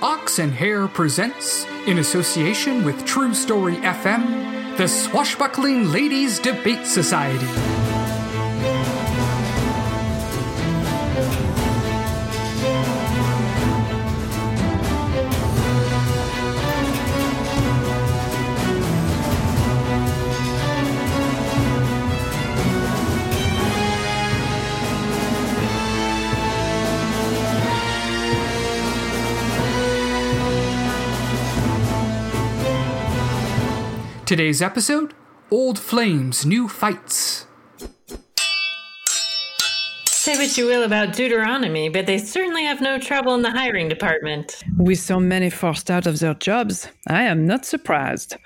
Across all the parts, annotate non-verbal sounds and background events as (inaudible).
Ox and Hare presents, in association with True Story FM, the Swashbuckling Ladies Debate Society. Today's episode Old Flames, New Fights. Say what you will about Deuteronomy, but they certainly have no trouble in the hiring department. With so many forced out of their jobs, I am not surprised.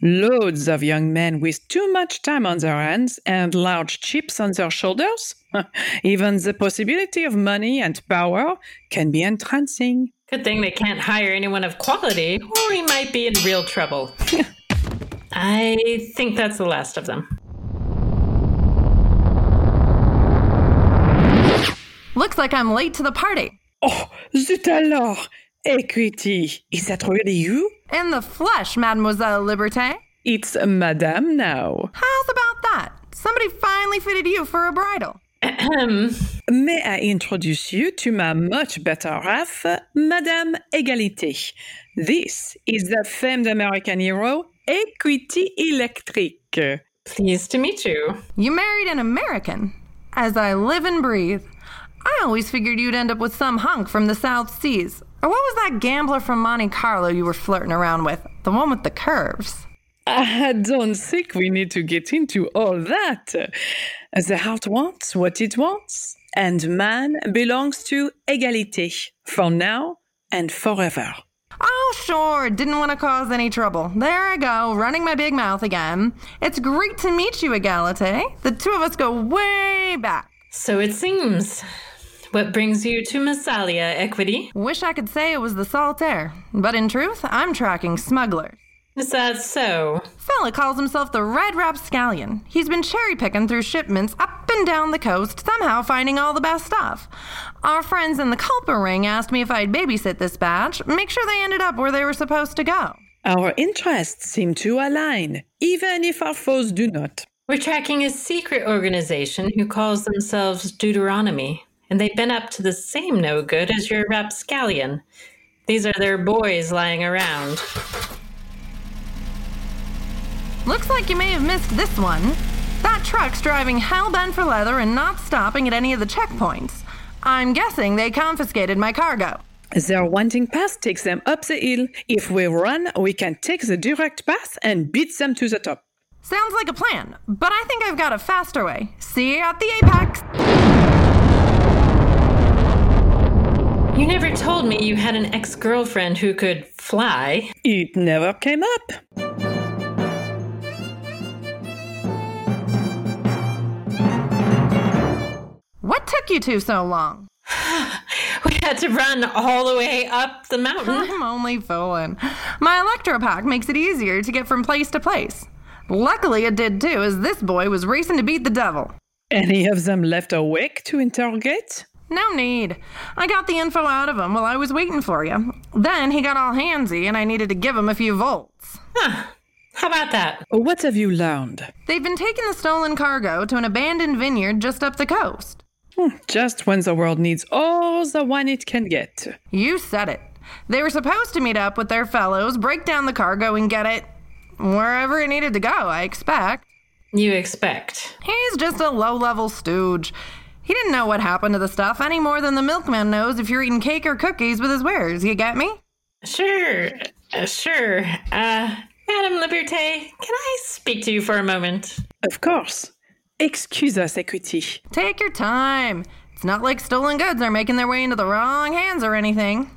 Loads of young men with too much time on their hands and large chips on their shoulders. (laughs) Even the possibility of money and power can be entrancing. Good thing they can't hire anyone of quality, or he might be in real trouble. I think that's the last of them. Looks like I'm late to the party. Oh, zut alors! Equity! Is that really you? In the flesh, Mademoiselle Liberté. It's Madame now. How's about that? Somebody finally fitted you for a bridle. Ahem. May I introduce you to my much better half, Madame Egalité? This is the famed American hero, Equity Electric. Pleased to meet you. You married an American. As I live and breathe, I always figured you'd end up with some hunk from the South Seas. Or what was that gambler from Monte Carlo you were flirting around with? The one with the curves. I Ah, don't think we need to get into all that. The heart wants what it wants, and man belongs to égalité for now and forever. Oh, sure, didn't want to cause any trouble. There I go, running my big mouth again. It's great to meet you, Egalite. The two of us go way back. So it seems. What brings you to Massalia, Equity? Wish I could say it was the salt air, but in truth, I'm tracking smugglers. Is that so? Fella calls himself the Red Rapscallion. He's been cherry picking through shipments up and down the coast, somehow finding all the best stuff. Our friends in the Culper Ring asked me if I'd babysit this batch, make sure they ended up where they were supposed to go. Our interests seem to align, even if our foes do not. We're tracking a secret organization who calls themselves Deuteronomy, and they've been up to the same no good as your rapscallion. These are their boys lying around. Looks like you may have missed this one. That truck's driving hell bent for leather and not stopping at any of the checkpoints. I'm guessing they confiscated my cargo. Their wanting path takes them up the hill. If we run, we can take the direct path and beat them to the top. Sounds like a plan, but I think I've got a faster way. See you at the apex. You never told me you had an ex girlfriend who could fly. (laughs) It never came up. What took you two so long? We had to run all the way up the mountain. I'm only fooling. My electro pack makes it easier to get from place to place. Luckily, it did too, as this boy was racing to beat the devil. Any of them left awake to interrogate? No need. I got the info out of him while I was waiting for you. Then he got all handsy, and I needed to give him a few volts. Huh. How about that? What have you learned? They've been taking the stolen cargo to an abandoned vineyard just up the coast. Hmm, Just when the world needs all the wine it can get. You said it. They were supposed to meet up with their fellows, break down the cargo, and get it wherever it needed to go, I expect. You expect. He's just a low level stooge. He didn't know what happened to the stuff any more than the milkman knows if you're eating cake or cookies with his wares. You get me? Sure, uh, sure. Uh, Madame Liberté, can I speak to you for a moment? Of course. Excuse us, Equity. Take your time. It's not like stolen goods are making their way into the wrong hands or anything.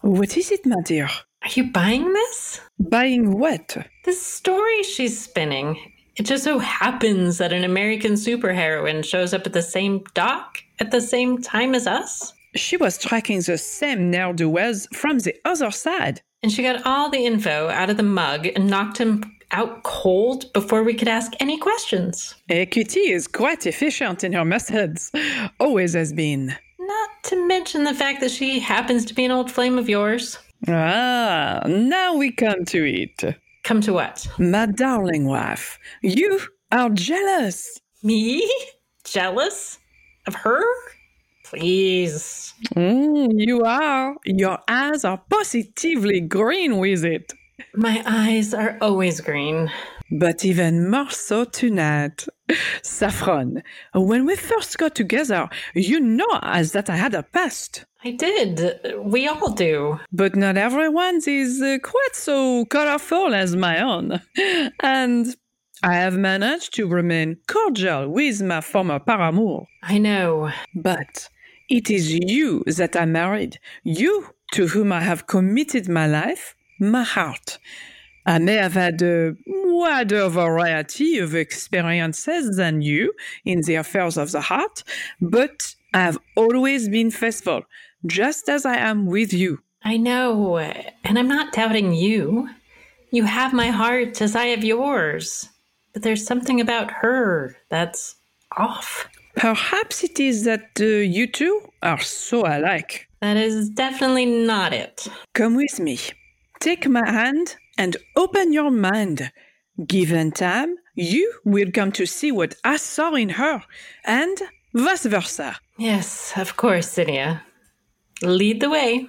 What is it, my dear? Are you buying this? Buying what? This story she's spinning. It just so happens that an American superheroine shows up at the same dock at the same time as us. She was tracking the same ne'er do wells from the other side. And she got all the info out of the mug and knocked him out cold before we could ask any questions. Equity is quite efficient in her methods. Always has been. Not to mention the fact that she happens to be an old flame of yours. Ah, now we come to it. Come to what? (laughs) My darling wife, you are jealous. Me? Jealous? Of her? Please. Mm, you are. Your eyes are positively green with it. My eyes are always green. But even more so tonight. (laughs) Saffron, when we first got together, you know as that I had a past. I did. We all do. But not everyone's is uh, quite so colorful as my own. (laughs) And I have managed to remain cordial with my former paramour. I know. But it is you that I married, you to whom I have committed my life, my heart. I may have had a wider variety of experiences than you in the affairs of the heart, but I have always been faithful, just as I am with you. I know. And I'm not doubting you. You have my heart as I have yours. But there's something about her that's off. Perhaps it is that uh, you two are so alike. That is definitely not it. Come with me. Take my hand and open your mind. Given time, you will come to see what I saw in her, and vice versa. Yes, of course, Cynia. Lead the way.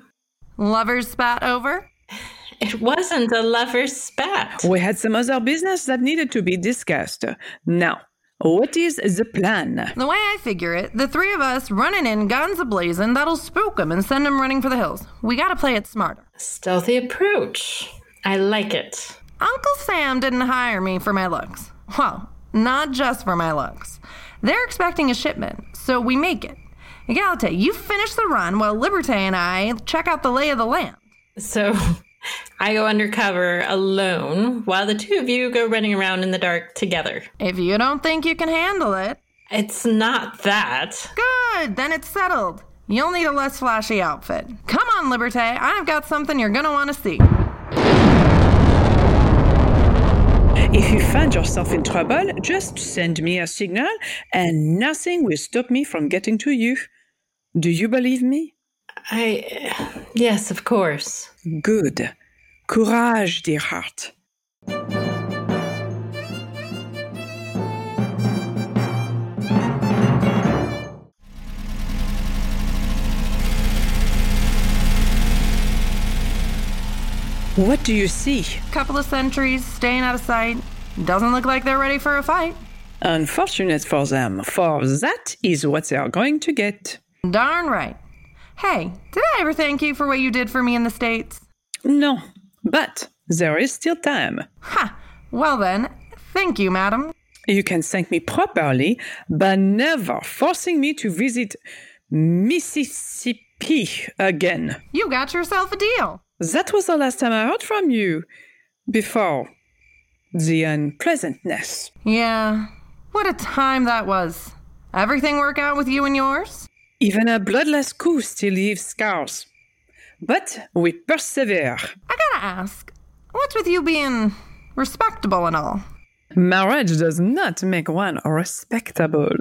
Lovers spat over? It wasn't a lover's spat. We had some other business that needed to be discussed. Now, what is the plan? The way I figure it, the three of us running in guns ablazing, that'll spook 'em and send 'em running for the hills. We gotta play it smarter. Stealthy approach. I like it. Uncle Sam didn't hire me for my looks. Well, not just for my looks. They're expecting a shipment, so we make it. Galate, you finish the run while Liberté and I check out the lay of the land. So (laughs) I go undercover alone while the two of you go running around in the dark together. If you don't think you can handle it, It's not that. good, then it's settled. You'll need a less flashy outfit. Come on, Liberté, I've got something you're gonna wanna see. If you find yourself in trouble, just send me a signal and nothing will stop me from getting to you. Do you believe me? I. Yes, of course. Good. Courage, dear heart. What do you see? Couple of centuries, staying out of sight. Doesn't look like they're ready for a fight. Unfortunate for them, for that is what they are going to get. Darn right. Hey, did I ever thank you for what you did for me in the States? No, but there is still time. Ha! Well then, thank you, madam. You can thank me properly by never forcing me to visit Mississippi again. You got yourself a deal. That was the last time I heard from you before the unpleasantness. Yeah, what a time that was. Everything work out with you and yours? Even a bloodless coup still leaves scars. But we persevere. I gotta ask, what's with you being respectable and all? Marriage does not make one respectable.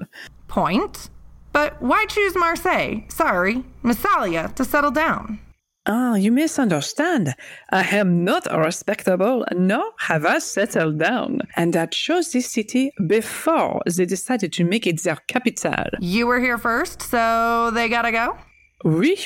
Point. But why choose Marseille, sorry, Massalia, to settle down? Ah, you misunderstand. I am not respectable, nor have I settled down. And I chose this city before they decided to make it their capital. You were here first, so they gotta go? Oui,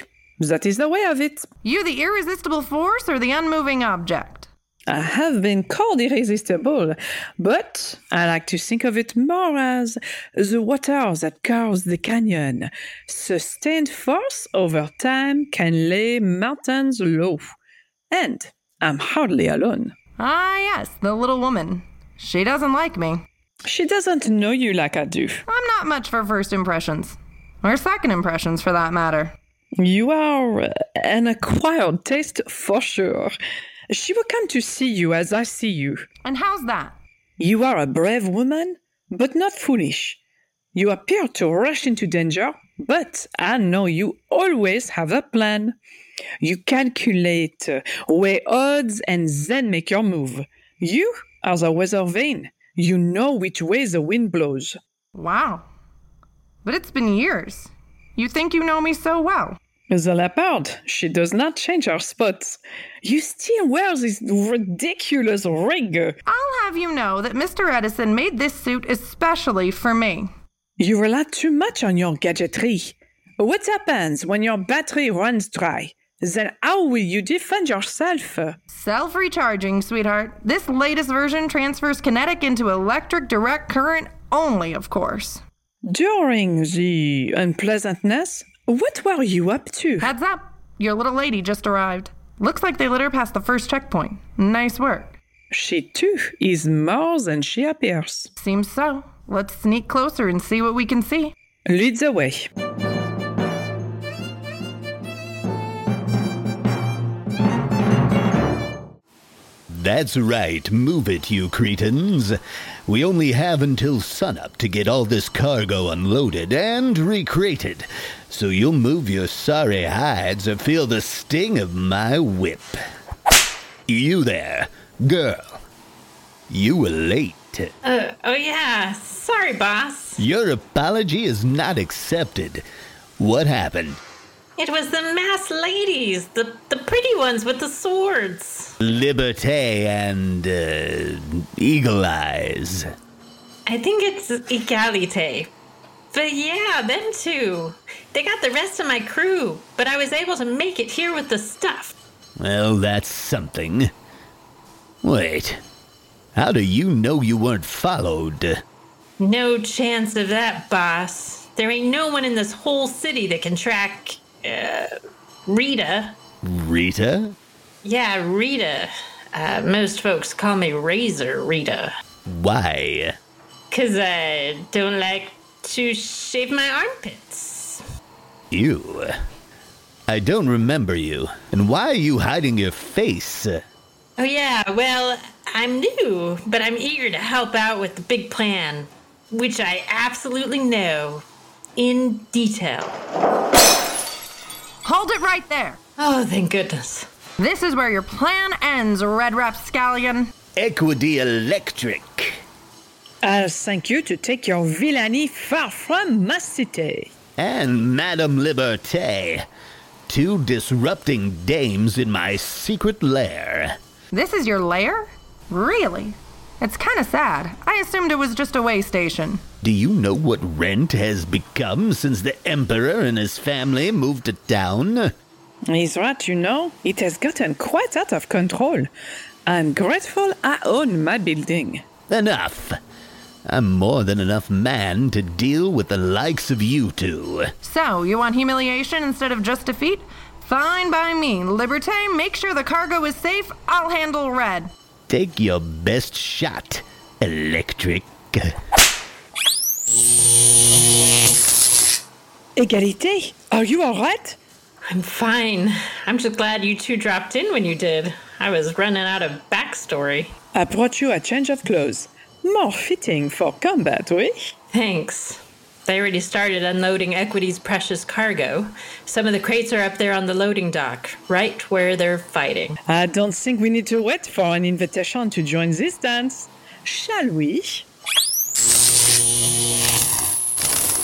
that is the way of it. You the irresistible force or the unmoving object? I have been called irresistible, but I like to think of it more as the water that curves the canyon. Sustained force over time can lay mountains low. And I'm hardly alone. Ah, yes, the little woman. She doesn't like me. She doesn't know you like I do. I'm not much for first impressions. Or second impressions, for that matter. You are uh, an acquired taste for sure. She will come to see you as I see you. And how's that? You are a brave woman, but not foolish. You appear to rush into danger, but I know you always have a plan. You calculate, uh, weigh odds, and then make your move. You are the weather vane. You know which way the wind blows. Wow. But it's been years. You think you know me so well. The leopard, she does not change her spots. You still wear this ridiculous rig. I'll have you know that Mr. Edison made this suit especially for me. You rely too much on your gadgetry. What happens when your battery runs dry? Then how will you defend yourself? Self recharging, sweetheart. This latest version transfers kinetic into electric direct current only, of course. During the unpleasantness, what were you up to? Heads up, your little lady just arrived. Looks like they let her past the first checkpoint. Nice work. She too is more than she appears. Seems so. Let's sneak closer and see what we can see. Lead the way. That's right. Move it, you Cretans. We only have until sunup to get all this cargo unloaded and recrated. So you'll move your sorry hides or feel the sting of my whip. You there, girl. You were late. Uh, oh, yeah. Sorry, boss. Your apology is not accepted. What happened? It was the masked ladies, the, the pretty ones with the swords. Liberté and uh, Eagle Eyes. I think it's Egalite. But yeah, them two. They got the rest of my crew, but I was able to make it here with the stuff. Well, that's something. Wait, how do you know you weren't followed? No chance of that, boss. There ain't no one in this whole city that can track. Uh, Rita. Rita? Yeah, Rita. Uh, most folks call me Razor Rita. Why? Because I uh, don't like to shave my armpits. You. I don't remember you. And why are you hiding your face? Oh, yeah, well, I'm new, but I'm eager to help out with the big plan, which I absolutely know in detail. Hold it right there. Oh, thank goodness. This is where your plan ends, Red Rapscallion. Equity Electric. I'll thank you to take your villainy far from my city. And Madame Liberté. Two disrupting dames in my secret lair. This is your lair? Really? It's kind of sad. I assumed it was just a way station. Do you know what rent has become since the Emperor and his family moved to town? He's right, you know. It has gotten quite out of control. I'm grateful I own my building. Enough. I'm more than enough man to deal with the likes of you two. So, you want humiliation instead of just defeat? Fine by me. Liberté, make sure the cargo is safe. I'll handle Red. Take your best shot, Electric. Egalité, are you alright? I'm fine. I'm just glad you two dropped in when you did. I was running out of backstory. I brought you a change of clothes. More fitting for combat, oui? Thanks. They already started unloading Equity's precious cargo. Some of the crates are up there on the loading dock, right where they're fighting. I don't think we need to wait for an invitation to join this dance, shall we?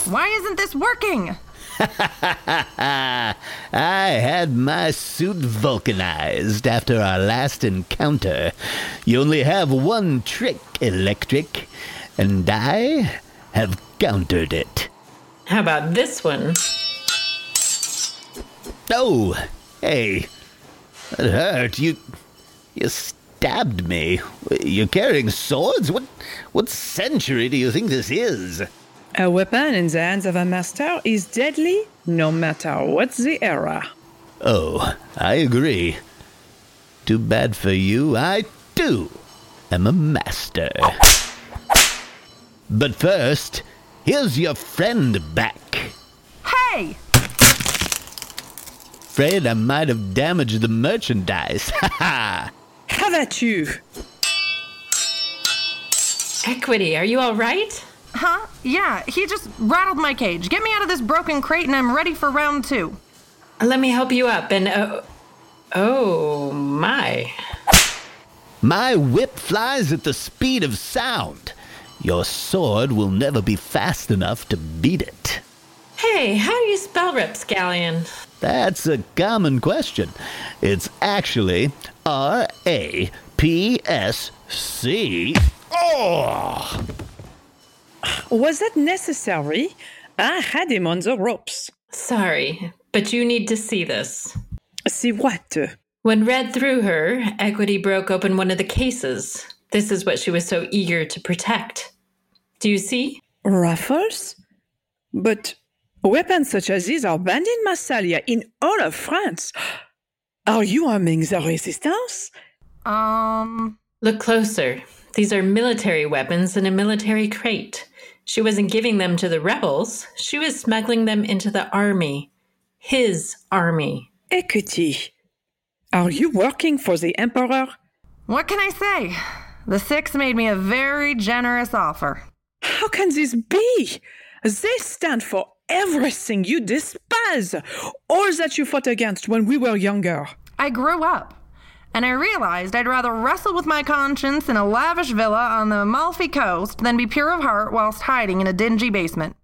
Why isn't this working? Ah, I had my suit vulcanized after our last encounter. You only have one trick, Electric, and I have countered it. How about this one? Oh, hey. That hurt. You you stabbed me. You're carrying swords? What what century do you think this is? A weapon in the hands of a master is deadly no matter what the era. Oh, I agree. Too bad for you, I too am a master. But first, here's your friend back. Hey! Afraid I might have damaged the merchandise. (laughs) Ha ha! Have at you! Equity, are you all right? Huh? Yeah, he just rattled my cage. Get me out of this broken crate and I'm ready for round two. Let me help you up and. Uh, oh my. My whip flies at the speed of sound. Your sword will never be fast enough to beat it. Hey, how do you spell Repscallion? That's a common question. It's actually R A P S C. Oh! Was that necessary? I had him on the ropes. Sorry, but you need to see this. See what? When read through her, Equity broke open one of the cases. This is what she was so eager to protect. Do you see? Raffles? But weapons such as these are banned in Massalia, in all of France. Are you arming the resistance? Um, Look closer. These are military weapons in a military crate. She wasn't giving them to the rebels, she was smuggling them into the army. His army. Equity. Are you working for the Emperor? what can I say? The six made me a very generous offer. How can this be? They stand for everything you despise, all that you fought against when we were younger. I grew up, and I realized I'd rather wrestle with my conscience in a lavish villa on the Amalfi Coast than be pure of heart whilst hiding in a dingy basement.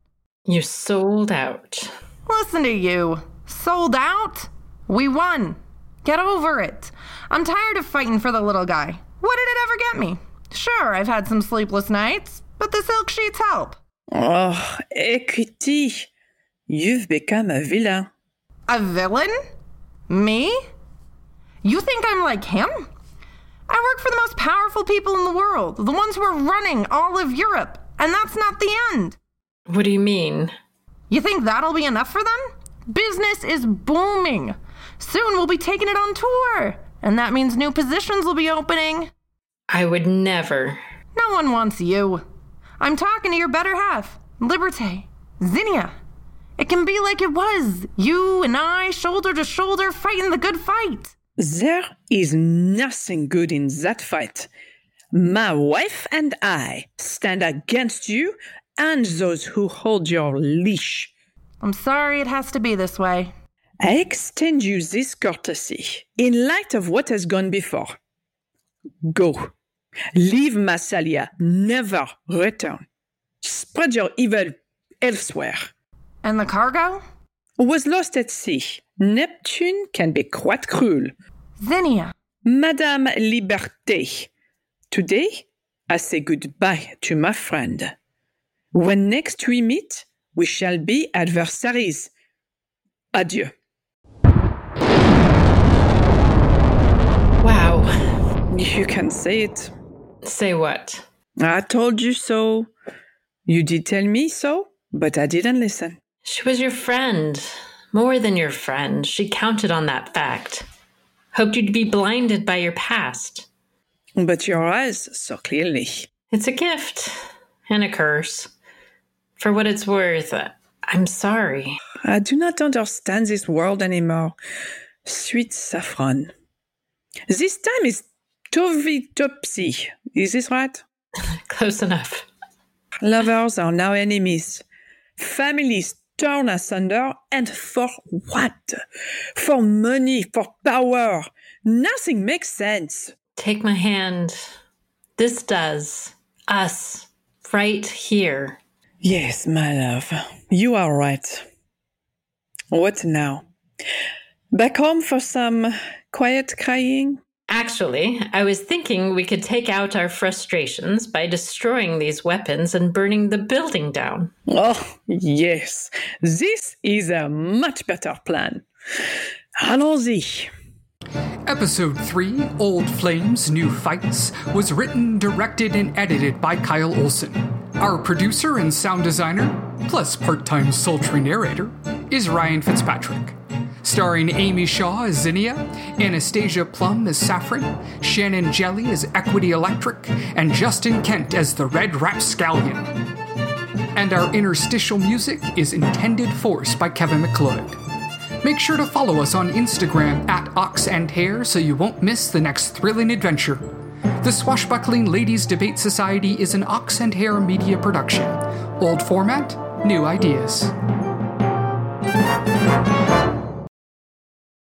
You sold out. Listen to you. Sold out? We won. Get over it. I'm tired of fighting for the little guy. What did it ever get me? Sure, I've had some sleepless nights, but the silk sheets help. Oh, Equity. You've become a villain. A villain? Me? You think I'm like him? I work for the most powerful people in the world, the ones who are running all of Europe, and that's not the end. What do you mean? You think that'll be enough for them? Business is booming. Soon we'll be taking it on tour, and that means new positions will be opening. I would never. No one wants you. I'm talking to your better half, Liberté, Zinnia. It can be like it was you and I, shoulder to shoulder, fighting the good fight. There is nothing good in that fight. My wife and I stand against you and those who hold your leash. I'm sorry it has to be this way. I extend you this courtesy in light of what has gone before. Go. Leave Massalia. Never return. Spread your evil elsewhere. And the cargo? Was lost at sea. Neptune can be quite cruel. Zinnia. Madame Liberté, today I say goodbye to my friend. When next we meet, we shall be adversaries. Adieu. Wow. You can say it. Say what? I told you so. You did tell me so, but I didn't listen. She was your friend. More than your friend. She counted on that fact. Hoped you'd be blinded by your past. But your eyes saw clearly. It's a gift and a curse. For what it's worth, I'm sorry. I do not understand this world anymore. Sweet saffron. This time is tovitopsy. Is this right? Close enough. Lovers are now enemies. Families torn asunder, and for what? For money, for power. Nothing makes sense. Take my hand. This does. Us. Right here. Yes, my love, you are right. What now? Back home for some quiet crying? Actually, I was thinking we could take out our frustrations by destroying these weapons and burning the building down. Oh, yes, this is a much better plan. Allons-y. Episode 3, Old Flames, New Fights, was written, directed, and edited by Kyle Olson. Our producer and sound designer, plus part time sultry narrator, is Ryan Fitzpatrick. Starring Amy Shaw as Zinnia, Anastasia Plum as Saffron, Shannon Jelly as Equity Electric, and Justin Kent as the Red Rapscallion. And our interstitial music is Intended Force by Kevin McLeod. Make sure to follow us on Instagram at Ox and Hare so you won't miss the next thrilling adventure. The Swashbuckling Ladies Debate Society is an Ox and Hare media production. Old format, new ideas.